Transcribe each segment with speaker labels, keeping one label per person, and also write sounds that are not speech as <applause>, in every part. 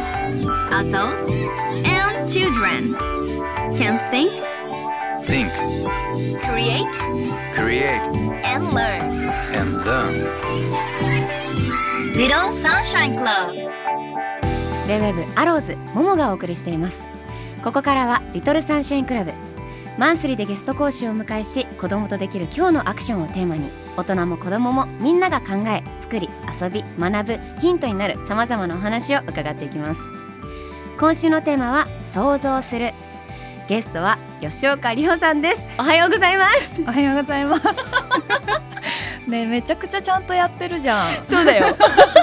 Speaker 1: Adults and children can think,
Speaker 2: Think,
Speaker 1: create,
Speaker 2: create,
Speaker 1: and learn.
Speaker 2: and learn.
Speaker 1: Little Sunshine Club.
Speaker 3: J-WEB アローズモモがお送りしていますここからはリトルサンシャインクラブマンスリーでゲスト講師をお迎えし子供とできる今日のアクションをテーマに大人も子供もみんなが考え作り遊び学ぶヒントになるさまざまなお話を伺っていきます今週のテーマは想像するゲストは吉岡里帆さんですおはようございます
Speaker 4: おはようございます。ねえめちゃくちゃちゃんとやってるじゃん。
Speaker 3: そうだよ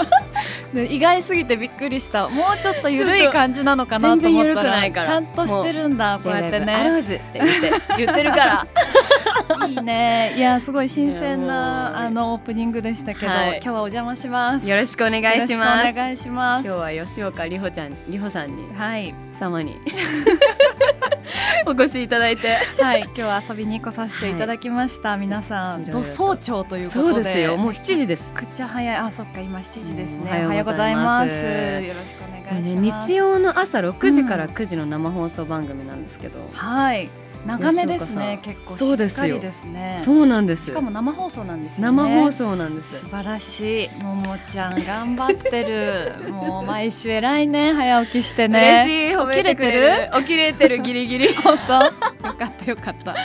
Speaker 4: <laughs> ね意外すぎてびっくりした。もうちょっとゆるい感じなのかなと思ったら、
Speaker 3: 全然緩くないから
Speaker 4: ちゃんとしてるんだこうやって
Speaker 3: J-WEB アロ
Speaker 4: ね。
Speaker 3: ーズって言って言ってるから
Speaker 4: いいね。いやすごい新鮮
Speaker 3: いやもう
Speaker 4: なあのオープニングでしたけど、
Speaker 3: はい
Speaker 4: 今日はお邪魔しま
Speaker 3: <laughs>
Speaker 4: す。
Speaker 3: よろしくお願いしま
Speaker 4: よろ
Speaker 3: す
Speaker 4: くお願いしま
Speaker 3: 今
Speaker 4: す
Speaker 3: 日。は吉岡里帆ちゃん里帆さんに
Speaker 4: はい、
Speaker 3: 様にお越しいただいて
Speaker 4: はい、今日は遊びに来させていただきました。皆さん、
Speaker 3: いろいろと
Speaker 4: ど早朝ということで。
Speaker 3: そうですよもう7時です
Speaker 4: めっちゃ早い。あ、そっか、今7時ですね。
Speaker 3: おはようござい
Speaker 4: おは
Speaker 3: ま
Speaker 4: よ
Speaker 3: す
Speaker 4: うございますよろしくお願いします。
Speaker 3: 日曜の朝6時から9時の生放送番組なんですけど、
Speaker 4: はい、長めですね。
Speaker 3: 吉
Speaker 4: 結
Speaker 3: 岡さん
Speaker 4: 構
Speaker 3: そう
Speaker 4: し
Speaker 3: で
Speaker 4: っ
Speaker 3: すよ
Speaker 4: かりですね。
Speaker 3: そうなんです
Speaker 4: しかも生放送なんですよね。
Speaker 3: 生放送なんです
Speaker 4: 素晴らしい。ももちゃん頑張って
Speaker 3: <laughs>
Speaker 4: る。もう毎週偉いね。早起きしてね。しい。
Speaker 3: しい褒起きれてるギリギリ
Speaker 4: <laughs> 本当。よかったよかった。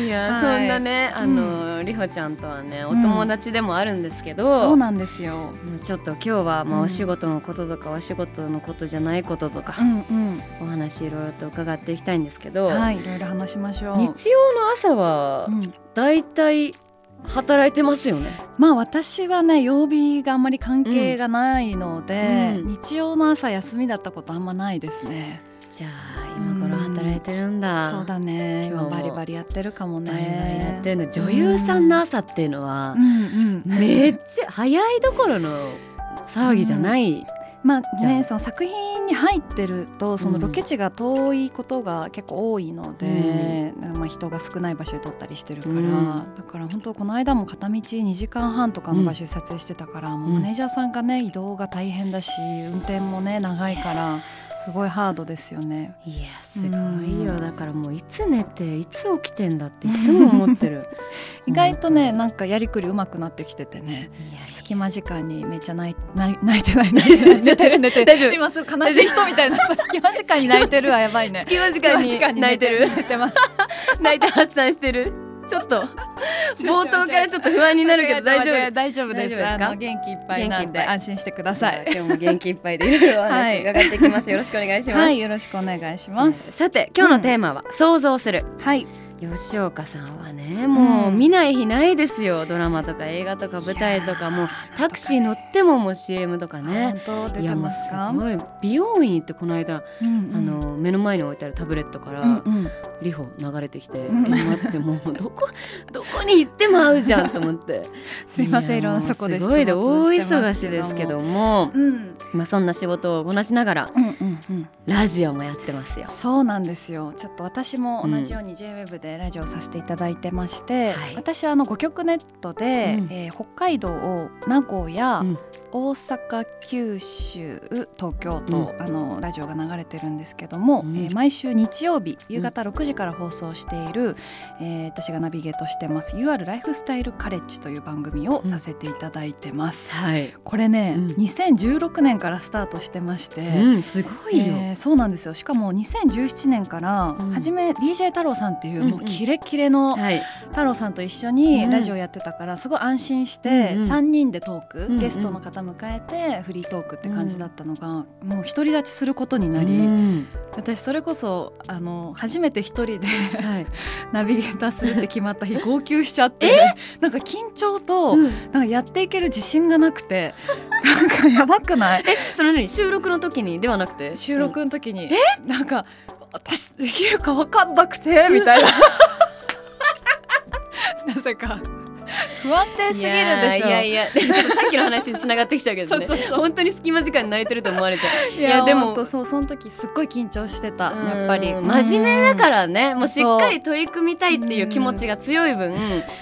Speaker 3: いや、
Speaker 4: はい
Speaker 3: そんなねあの、里帆ちゃんとはねお友達でもあるんですけ
Speaker 4: そ
Speaker 3: ど、
Speaker 4: うなんですよ。
Speaker 3: もうちょっと今日はまあ
Speaker 4: うん
Speaker 3: お仕事のこととかお仕事のことじゃないこととか、
Speaker 4: うんうん。
Speaker 3: お話いろいろと伺っていきたいんですけど、
Speaker 4: はい、いろいろ話しましょう。
Speaker 3: 日曜の朝は
Speaker 4: うん、
Speaker 3: だいたい働いてますよね。
Speaker 4: まあ私はね曜日があんまり関係がないので、
Speaker 3: うん
Speaker 4: 日曜の朝休みだったことあんまないですね。
Speaker 3: じゃあ今頃働いてるんだ。
Speaker 4: そうだね。
Speaker 3: 今
Speaker 4: 今
Speaker 3: 日も
Speaker 4: バリバリやってるかもね。
Speaker 3: バリバリやってるんだ。女優さんの朝っていうのは
Speaker 4: う、んうん、
Speaker 3: めっちゃ早いどころの騒ぎじゃない。
Speaker 4: ま
Speaker 3: じ
Speaker 4: あ
Speaker 3: ゃ
Speaker 4: ね
Speaker 3: あ
Speaker 4: その作品に入ってるとそうの
Speaker 3: ん
Speaker 4: ロケ地が遠いことが結構多いので、まあ、人が少ない場所で撮ったりしてるから、
Speaker 3: うん
Speaker 4: だから本当この間も片道2時間半とかの場所で撮影してたから、もううんマネージャーさんがね移動が大変だし運転もね長いからすごいハードですよね。
Speaker 3: いやすごいよ、
Speaker 4: うん
Speaker 3: だからもういつ寝ていつ起きてんだっていつも思ってる
Speaker 4: 意外とね
Speaker 3: 本
Speaker 4: なんかやりくりうまくなってきててね
Speaker 3: 当にいや
Speaker 4: 隙間時間にめっちゃ泣い泣い泣いてない泣いてない <laughs> 寝てる寝て <laughs> る
Speaker 3: 大丈夫
Speaker 4: 今すぐ悲しい人み <laughs> たいになった隙間時間に泣いてるはやば <laughs> いね
Speaker 3: <laughs> 隙間時間
Speaker 4: 隙間時間
Speaker 3: に
Speaker 4: に
Speaker 3: 泣
Speaker 4: 泣
Speaker 3: い
Speaker 4: い
Speaker 3: て
Speaker 4: て
Speaker 3: る
Speaker 4: る
Speaker 3: 泣いて発散してるちょっと冒頭からちょっと不安になるけど大丈夫
Speaker 4: 大丈夫
Speaker 3: 大
Speaker 4: です
Speaker 3: 丈夫ですか
Speaker 4: あの元気いっぱいなん
Speaker 3: 元気
Speaker 4: で
Speaker 3: いっぱい
Speaker 4: 安心してください
Speaker 3: 今日も元気いっぱいでいろいろお話伺っていきます、よろしくお願いします、
Speaker 4: はいよろしくお願いします
Speaker 3: さて今日のテーマは想像する、
Speaker 4: はい
Speaker 3: 吉岡さんはねもう見ない日ないですよ、ドラマとか映画とか舞台と
Speaker 4: いや
Speaker 3: か
Speaker 4: ー
Speaker 3: もうタクシー乗ってももう CM とかね
Speaker 4: 本当出
Speaker 3: い
Speaker 4: て
Speaker 3: やもう
Speaker 4: ますか
Speaker 3: ごい美容院行ってこの間、
Speaker 4: うんうん
Speaker 3: あの目の前に置いてあるタブレットか
Speaker 4: うん
Speaker 3: ら
Speaker 4: うん
Speaker 3: リホ流れてきて、
Speaker 4: うん
Speaker 3: え待ってもうどこどこに行っても合うじゃんと思って
Speaker 4: すいませんい
Speaker 3: や
Speaker 4: ろ
Speaker 3: も
Speaker 4: ん
Speaker 3: う
Speaker 4: なとこです
Speaker 3: ごいで
Speaker 4: 出没
Speaker 3: 大
Speaker 4: してま
Speaker 3: 忙し
Speaker 4: す
Speaker 3: ですけ
Speaker 4: も
Speaker 3: ども、
Speaker 4: うんうん
Speaker 3: まあ、そんな仕事をこなしながら
Speaker 4: うんうん
Speaker 3: ラジオもやってますよ。
Speaker 4: そうなんですよちょっと私も同じように JWEB でラジオをさせていただいてまして、
Speaker 3: はい
Speaker 4: 私はあの5局ネットで、
Speaker 3: うん
Speaker 4: えー北海道名古屋、
Speaker 3: うん
Speaker 4: 大阪九州東京と、あのラジオが流れてるんですけども、
Speaker 3: うん
Speaker 4: えー毎週日曜日夕方6時から放送している、えー私がナビゲートしてます「UR ライフスタイルカレッジ」という番組をさせていただいてます。
Speaker 3: はい、
Speaker 4: これね、
Speaker 3: うん
Speaker 4: 2016年からスタートしてまして、
Speaker 3: うんすごいよ。
Speaker 4: えーそうなんですよしかも2017年から、
Speaker 3: うん
Speaker 4: はじめ DJ 太郎さんっていう、
Speaker 3: うんうん
Speaker 4: もうキレキレの
Speaker 3: はい、
Speaker 4: 太郎さんと一緒
Speaker 3: う
Speaker 4: に
Speaker 3: ん
Speaker 4: ラジオやってたから、すごい安心して、
Speaker 3: うんうん
Speaker 4: 3人でトーク、
Speaker 3: んうん
Speaker 4: ゲストの方迎えてフリートークって感じだったのが、もう独り立ちすることになり、
Speaker 3: うん
Speaker 4: 私それこそあの初めて一
Speaker 3: <laughs>
Speaker 4: 人で <laughs>
Speaker 3: はい、
Speaker 4: ナビゲーターするって決ま
Speaker 3: <laughs>
Speaker 4: った日号泣しちゃってなんか緊張と、
Speaker 3: うん
Speaker 4: なんかやっていける自信がな
Speaker 3: <laughs>
Speaker 4: くてなんかやばくない
Speaker 3: その何収録の時にではなくて
Speaker 4: 収録の時になんか私でき
Speaker 3: <laughs>
Speaker 4: るか分かんなくてみたいななぜか不安定すぎるでしょ
Speaker 3: いやいやいやでもちょっとさっきの話に繋がってきちゃうけどね
Speaker 4: そうそうそう
Speaker 3: 本当に隙間時間に泣いてると思われちゃう
Speaker 4: い
Speaker 3: やでも
Speaker 4: ほんとそうその時すっごい緊張してた
Speaker 3: うん
Speaker 4: やっぱり
Speaker 3: 真面目 <laughs> だからねもうしっ
Speaker 4: そう
Speaker 3: かり取り組みたいっていう気持ちが強い分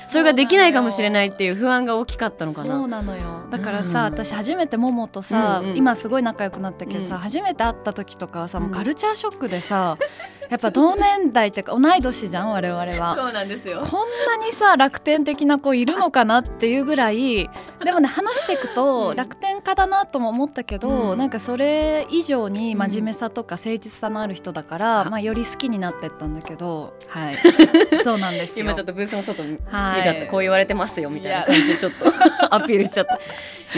Speaker 3: それができないかもしれないっていう不安が大きかったのか
Speaker 4: そう
Speaker 3: な
Speaker 4: なのよだからさ、
Speaker 3: うん
Speaker 4: 私初めてももとさ、
Speaker 3: うんうん
Speaker 4: 今すごい仲良くなったけどさ、
Speaker 3: うん
Speaker 4: 初めて会った時とかはさもうカルチャーショックでさ、やっぱ同年代っていうか同い年じゃん我々は。
Speaker 3: そうなん <laughs> ですよ
Speaker 4: こんなにさ楽天的な子いるのかなっていうぐらいでもね話していくと
Speaker 3: <laughs> うん
Speaker 4: 楽天家だなとも思ったけど、
Speaker 3: うん
Speaker 4: なんかそれ以上に真面目さとか誠実さのある人だから、
Speaker 3: うん
Speaker 4: まあ、より好きになってったんだ
Speaker 3: <laughs>
Speaker 4: けど
Speaker 3: はい
Speaker 4: そうなんですよ。
Speaker 3: 今ちょっとブースの外見ち
Speaker 4: はい
Speaker 3: ゃったこう言われてますよみたいな感じでちょっと <laughs> アピールしちゃった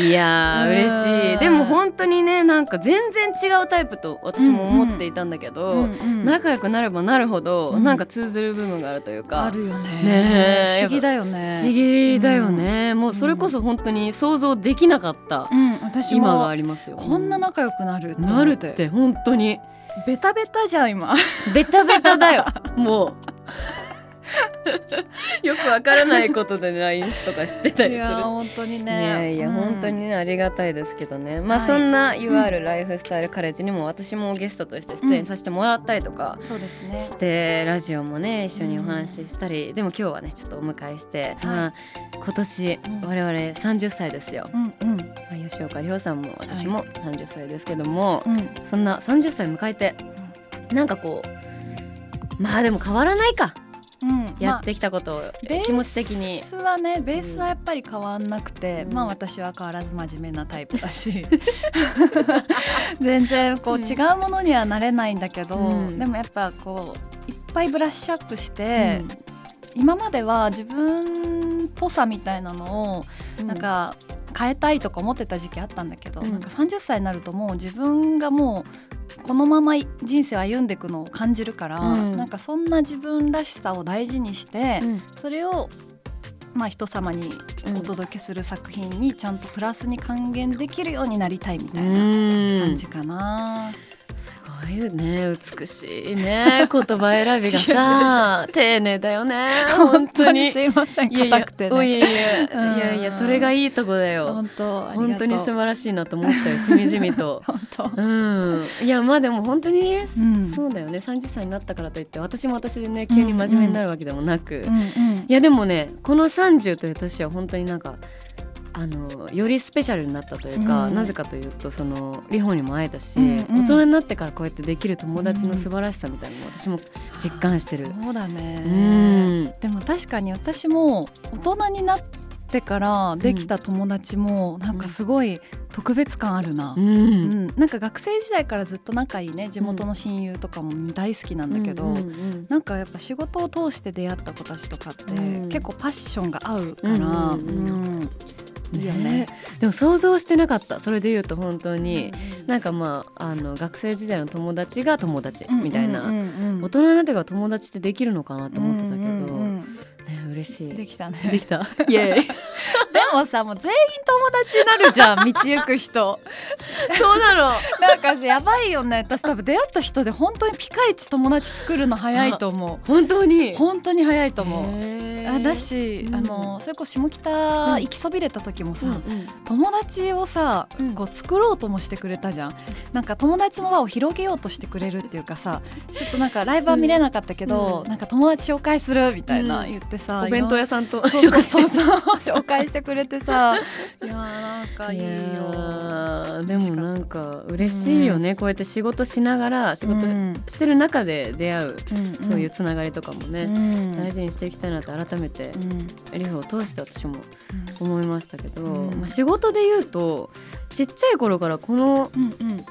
Speaker 3: いや
Speaker 4: うん
Speaker 3: ー嬉しいでも本当にねなんか全然違うタイプと私も思っていたんだけど、
Speaker 4: うんうん
Speaker 3: 仲良くなればなるほど、
Speaker 4: うん
Speaker 3: なんか通ずる部分があるというか
Speaker 4: あるよ
Speaker 3: ね
Speaker 4: ね
Speaker 3: え
Speaker 4: 不思議だよね。
Speaker 3: 不思議だよね、もうそれこそ本当に想像できなかった
Speaker 4: うん、私も
Speaker 3: 今がありますよ
Speaker 4: こんな仲良くなるって思
Speaker 3: なるって本当に
Speaker 4: ベタベタじゃん今
Speaker 3: ベタベタだよ <laughs> もう <laughs> よくわからないことで LINE とかしてたりするし
Speaker 4: 本当に
Speaker 3: いやいや、本当にねありがたいですけどねまあ、
Speaker 4: はい
Speaker 3: そんな UR ライフスタイルカレッジにも私もゲストとして出演させてもらったりとか
Speaker 4: そうですね
Speaker 3: して、ラジオもね一緒にお話ししたり、でも今日はねちょっとお迎えして、
Speaker 4: い
Speaker 3: まあ、今年
Speaker 4: うん
Speaker 3: 我々30歳ですよ、
Speaker 4: うんうん
Speaker 3: まあ吉岡里帆さんも私も30歳ですけども、
Speaker 4: うん
Speaker 3: そんな30歳迎えてなんかこうまあでも変わらないか、
Speaker 4: うん
Speaker 3: やってきたことを
Speaker 4: ベース
Speaker 3: 気持ち的に
Speaker 4: ベー。スはねベースはやっぱり変わんなくて、
Speaker 3: うん
Speaker 4: まあ私は変わらず真面目なタイプ
Speaker 3: <laughs>
Speaker 4: だし <laughs> 全然こう
Speaker 3: うん
Speaker 4: 違うものにはなれないんだけど、
Speaker 3: うん
Speaker 4: でもやっぱこういっぱいブラッシュアップして、今までは自分っぽさみたいなのを
Speaker 3: うん
Speaker 4: なんか変えたいとか思ってた時期あったんだけど、
Speaker 3: うん
Speaker 4: なんか30歳になるともう自分がもうこのまま人生を歩んでいくのを感じるから、
Speaker 3: うん
Speaker 4: なんかそんな自分らしさを大事にして、
Speaker 3: うん
Speaker 4: それをまあ人様にお届けする作品にちゃんとプラスに還元できるようになりたいみたいな
Speaker 3: う
Speaker 4: 感
Speaker 3: ん
Speaker 4: じかな。
Speaker 3: すごいよね美しい <laughs> ね言葉選びが <laughs> さ丁寧だよね本当に
Speaker 4: すいません
Speaker 3: いやいや
Speaker 4: 硬くて
Speaker 3: おい
Speaker 4: ね。
Speaker 3: やいやい
Speaker 4: うん
Speaker 3: やいやそれがいいとこだよ
Speaker 4: 本当ありがとう
Speaker 3: 本当に素晴らしいなと思ったよしみじみ
Speaker 4: <laughs>
Speaker 3: と
Speaker 4: 本
Speaker 3: う
Speaker 4: 当。
Speaker 3: んいやまあでも本当にね
Speaker 4: うん
Speaker 3: そうだよね30歳になったからといって私も私でね急に真面目になるわけでもなく、
Speaker 4: うんうん
Speaker 3: いやでもねこの30という年は本当になんかあのよりスペシャルになったというか、
Speaker 4: うん
Speaker 3: なぜかというとそのリホにも会えたし、
Speaker 4: うんうん
Speaker 3: 大人になってからこうやってできる友達の素晴らしさみたいなのも私も実感してる。
Speaker 4: そうだね。
Speaker 3: うん
Speaker 4: でも確かに私も大人になってからできた友達もなんかすごい特別感あるな
Speaker 3: う。
Speaker 4: うんん、なんか学生時代からずっと仲いいね地元の親友とかも大好きなんだけど、
Speaker 3: うんうん
Speaker 4: なんかやっぱ仕事を通して出会った子たちとかって
Speaker 3: うん
Speaker 4: 結構パッションが合うから、
Speaker 3: うんうんう
Speaker 4: うん
Speaker 3: うん
Speaker 4: いいよね。
Speaker 3: でも想像してなかったそれで言うと本当に、
Speaker 4: うん
Speaker 3: なんかまああの学生時代の友達が友達みたいな、
Speaker 4: うんうんうん
Speaker 3: 大人になってから友達ってできるのかなと思ってたけど、
Speaker 4: うんうん
Speaker 3: ね嬉し
Speaker 4: う
Speaker 3: い <laughs>
Speaker 4: んできたね。
Speaker 3: できたイエーイ
Speaker 4: でもさもう全員友達になるじゃん道行く人そうなのなんかさやばいよね私多分出会った人で本当にピカイチ友達作るの早いと思
Speaker 3: 本当に
Speaker 4: う本当に早いと思う、
Speaker 3: う
Speaker 4: あだし、
Speaker 3: うん
Speaker 4: あのそれこそ下北行きそびれた時もさ、友達をさ、
Speaker 3: うん
Speaker 4: こう作ろうともしてくれたじゃんなんか友達の輪を広げようとしてくれるっていうかさちょっとなんかライブは見れなかったけど、
Speaker 3: うん
Speaker 4: なんか友達紹介するみたいな
Speaker 3: うん
Speaker 4: 言ってさ、
Speaker 3: お弁当屋さんと
Speaker 4: そ
Speaker 3: 紹
Speaker 4: う
Speaker 3: 介して
Speaker 4: そうそう紹介してくれて <laughs> さいやーなんかいいよ
Speaker 3: でもなんか嬉しいよね、こうやって仕事しながら仕事
Speaker 4: うん
Speaker 3: してる中で出会う、
Speaker 4: うん
Speaker 3: そういうつながりとかもね、
Speaker 4: ん
Speaker 3: 大事にしていきたいなって改めて
Speaker 4: うんうん
Speaker 3: リフを通して私も思いましたけど、
Speaker 4: うん
Speaker 3: まあ、仕事で言うとちっちゃい頃からこの
Speaker 4: うんうん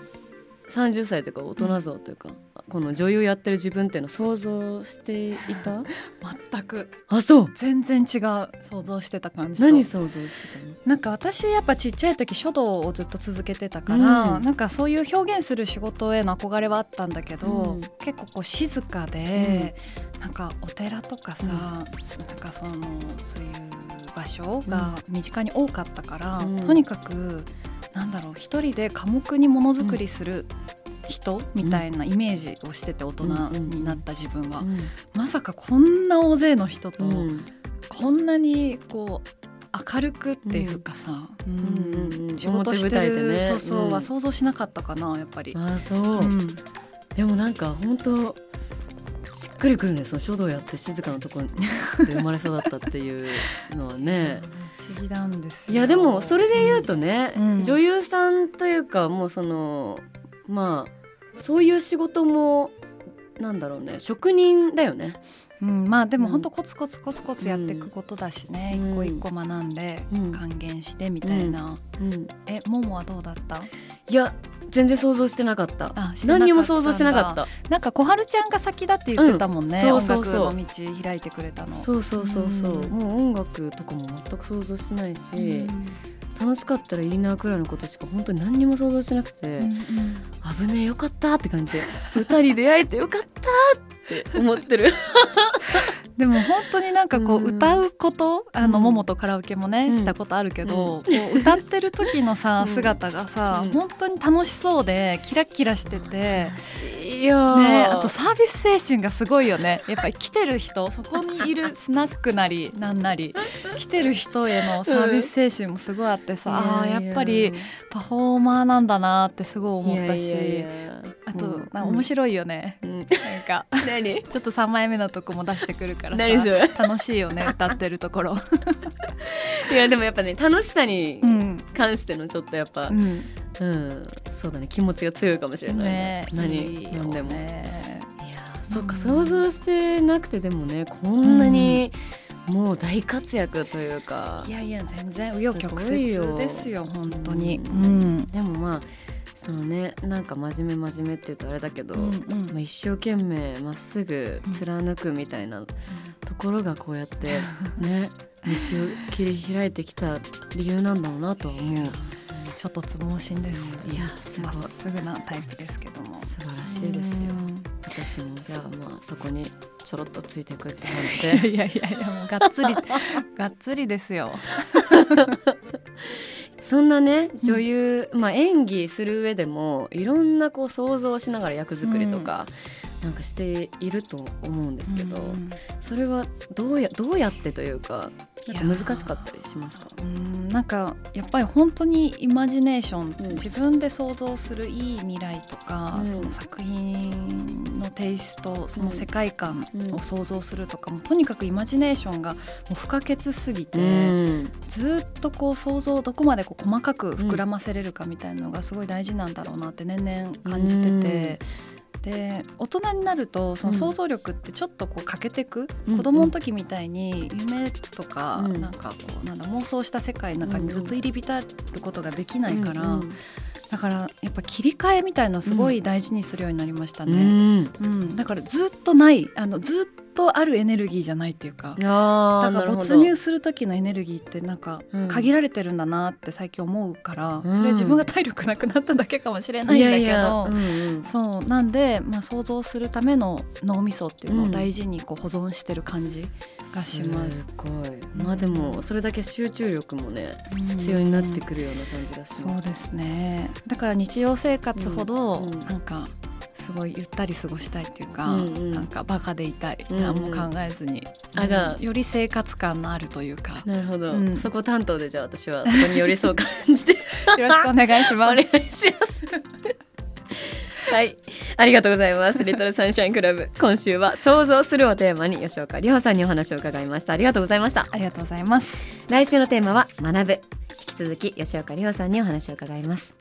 Speaker 3: 30歳というか大人像というか、この女優やってる自分っていうのを想像してい
Speaker 4: <laughs>
Speaker 3: た
Speaker 4: 全く
Speaker 3: あそう
Speaker 4: 全然違う想像してた感じと
Speaker 3: 何想像してたの
Speaker 4: なんか私やっぱちっちゃい時書道をずっと続けてたから、
Speaker 3: うん
Speaker 4: なんかそういう表現する仕事への憧れはあったんだけど、
Speaker 3: うん
Speaker 4: 結構こう静かで、なんかお寺とかさ、
Speaker 3: うん
Speaker 4: なんかそのそういう場所が身近に多かったから、
Speaker 3: うん
Speaker 4: とにかくなんだろう一人で寡黙にものづくりする人みたいなイメージをしてて大人になった自分は、まさかこんな大勢の人と、
Speaker 3: うん
Speaker 4: こんなにこう明るくっていうかさ、うん
Speaker 3: うんうんうん
Speaker 4: 仕事して
Speaker 3: 表
Speaker 4: る、
Speaker 3: 舞台でね
Speaker 4: そうそう
Speaker 3: うん
Speaker 4: は想像しなかったかなやっぱり、
Speaker 3: ああそう、
Speaker 4: うん
Speaker 3: でもなんか本当しっくりくるねその書道やって静かなところで生まれ育ったっていうのはね
Speaker 4: 不思議なんですよ
Speaker 3: いやでもそれで言うとね、
Speaker 4: うん
Speaker 3: 女優さんというかもうそのまあそういう仕事もなんだろうね職人だよね。
Speaker 4: うん、まあでも
Speaker 3: うん
Speaker 4: 本当コツコツコツコツやっていくことだしね、
Speaker 3: うん
Speaker 4: 一個一個学んで
Speaker 3: うん
Speaker 4: 還元してみたいな、
Speaker 3: うん、
Speaker 4: えももはどうだった
Speaker 3: いや全然想像してなかった
Speaker 4: あしてなかったんだ
Speaker 3: 何にも想像してなかった
Speaker 4: なんか小春ちゃんが先だって言ってたもんね、
Speaker 3: うんそうそうそう
Speaker 4: 音楽の道開いてくれたの
Speaker 3: そうそうそうそう、
Speaker 4: うん
Speaker 3: もう音楽とかも全く想像してないし、
Speaker 4: うん
Speaker 3: 楽しかったらいいなくらいのことしか本当に何にも想像してなくて、
Speaker 4: うんうん
Speaker 3: 危ねえよかったって感じ歌に出会えてよかったって思って <laughs> る
Speaker 4: でも本当になんかこう
Speaker 3: うん
Speaker 4: 歌うこと、あの
Speaker 3: うん
Speaker 4: ももとカラオケもね、
Speaker 3: うん
Speaker 4: したことあるけど、こう歌ってる時のさ
Speaker 3: うん
Speaker 4: 姿がさ、
Speaker 3: うん
Speaker 4: 本当に楽しそうでキラッキラしてて。
Speaker 3: らしいよ
Speaker 4: ね、あとサービス精神がすごいよねやっぱり来てる人そこ
Speaker 3: <laughs>
Speaker 4: にいるスナックなりなんなり来てる人へのサービス精神もすごいあってさ、あーやっぱりパフォーマーなんだなってすごい思ったし
Speaker 3: いやいやいや
Speaker 4: あと、
Speaker 3: うん
Speaker 4: なんか面白いよね、
Speaker 3: うん
Speaker 4: なんか
Speaker 3: 何
Speaker 4: ちょっと3枚目のとこも出してくるから
Speaker 3: 何それ
Speaker 4: さ楽しいよね歌ってるところ。
Speaker 3: いやでもやっぱね楽しさに
Speaker 4: うん
Speaker 3: 関してのちょっとやっぱ
Speaker 4: う、ん、
Speaker 3: うんそうだね気持ちが強いかもしれない、
Speaker 4: ねい
Speaker 3: 何
Speaker 4: いよね
Speaker 3: 読んでも。いやーそっか
Speaker 4: うん
Speaker 3: 想像してなくてでもねこんなにもう大活躍というか
Speaker 4: い、やいや全然紆余曲
Speaker 3: すごいよ
Speaker 4: 折ですよ本当に。
Speaker 3: う
Speaker 4: うんん
Speaker 3: でもまあそのねなんか真面目真面目って言うとあれだけど、
Speaker 4: うんうん
Speaker 3: まあ、一生懸命まっすぐ貫くみたいなところがこうや
Speaker 4: <laughs>
Speaker 3: ってね道を切り開いてきた理由なんだろうなとは思う。
Speaker 4: ちょっとつ盲信です。
Speaker 3: いやすごい
Speaker 4: まっすぐなタイプですけども。
Speaker 3: 素晴らしいですよ。私もじゃあまあそこにちょろっとついていくって感じで
Speaker 4: うん。いやいやいやもうがっ
Speaker 3: <laughs>
Speaker 4: つりがっつりですよ。
Speaker 3: そんなね女優、まあ、演技する上でもいろんなこう想像しながら役作りとか、なんかしていると思うんですけど、
Speaker 4: うん
Speaker 3: それはどうやどうやってというかなんか難しかったりしますか
Speaker 4: うんなんかやっぱり本当にイマジネーション、
Speaker 3: うん
Speaker 4: 自分で想像するいい未来とか、
Speaker 3: うん
Speaker 4: その作品のテイストその世界観
Speaker 3: うん
Speaker 4: を想像するとか、もうとにかくイマジネーションがもう不可欠すぎて、
Speaker 3: うん
Speaker 4: ずっとこう想像をどこまでこう細かく膨らませれるかみたいなのがすごい大事なんだろうなって年々感じてて。で大人になるとその想像力ってちょっとこう欠けてく、
Speaker 3: うん
Speaker 4: 子供の時みたいに夢とか、
Speaker 3: うん
Speaker 4: なんかこうなんだ妄想した世界の中にずっと入り浸ることができないから、
Speaker 3: うん
Speaker 4: だからやっぱ切り替えみたいなのすごい大事にするようになりました
Speaker 3: う
Speaker 4: ね、
Speaker 3: ん
Speaker 4: うんだからずっとないあのずっとあるエネルギーじゃないっていう
Speaker 3: あ
Speaker 4: か
Speaker 3: ー
Speaker 4: だか
Speaker 3: な
Speaker 4: ら
Speaker 3: るほど
Speaker 4: 没入する時のエネルギーってなんか
Speaker 3: うん
Speaker 4: 限られてるんだなって最近思うから、
Speaker 3: うん
Speaker 4: それは自分が体力なくなっただけかもしれないん
Speaker 3: い
Speaker 4: だけ
Speaker 3: や
Speaker 4: ど
Speaker 3: いや、うんうん
Speaker 4: そうなんで、まあ、想像するための脳みそっていうのを大事にこう保存してる感じがします。
Speaker 3: すごいまあでもそれだけ集中力もね必要になってくるような感じがし
Speaker 4: そ
Speaker 3: ま
Speaker 4: う
Speaker 3: す、
Speaker 4: ですねだから日常生活ほど
Speaker 3: うんうん
Speaker 4: なんかすごいゆったり過ごしたいっていうか、
Speaker 3: うんうん
Speaker 4: なんかバカでいたい、
Speaker 3: うんうん
Speaker 4: 何も考えずに
Speaker 3: あじゃあ
Speaker 4: より生活感のあるというか
Speaker 3: なるほど、
Speaker 4: うん
Speaker 3: そこ担当でじゃあ私はそこに寄り添う感じで
Speaker 4: <laughs> よろしくお願い
Speaker 3: <laughs>
Speaker 4: し
Speaker 3: お
Speaker 4: ます
Speaker 3: 願い。します。はい、ありがとうございます。リトルサンシャインクラブ、今週は想像するをテーマに吉岡里帆さんにお話を伺いました。ありがとうございました。
Speaker 4: ありがとうございます。
Speaker 3: 来週のテーマは学ぶ。引き続き吉岡里帆さんにお話を伺います。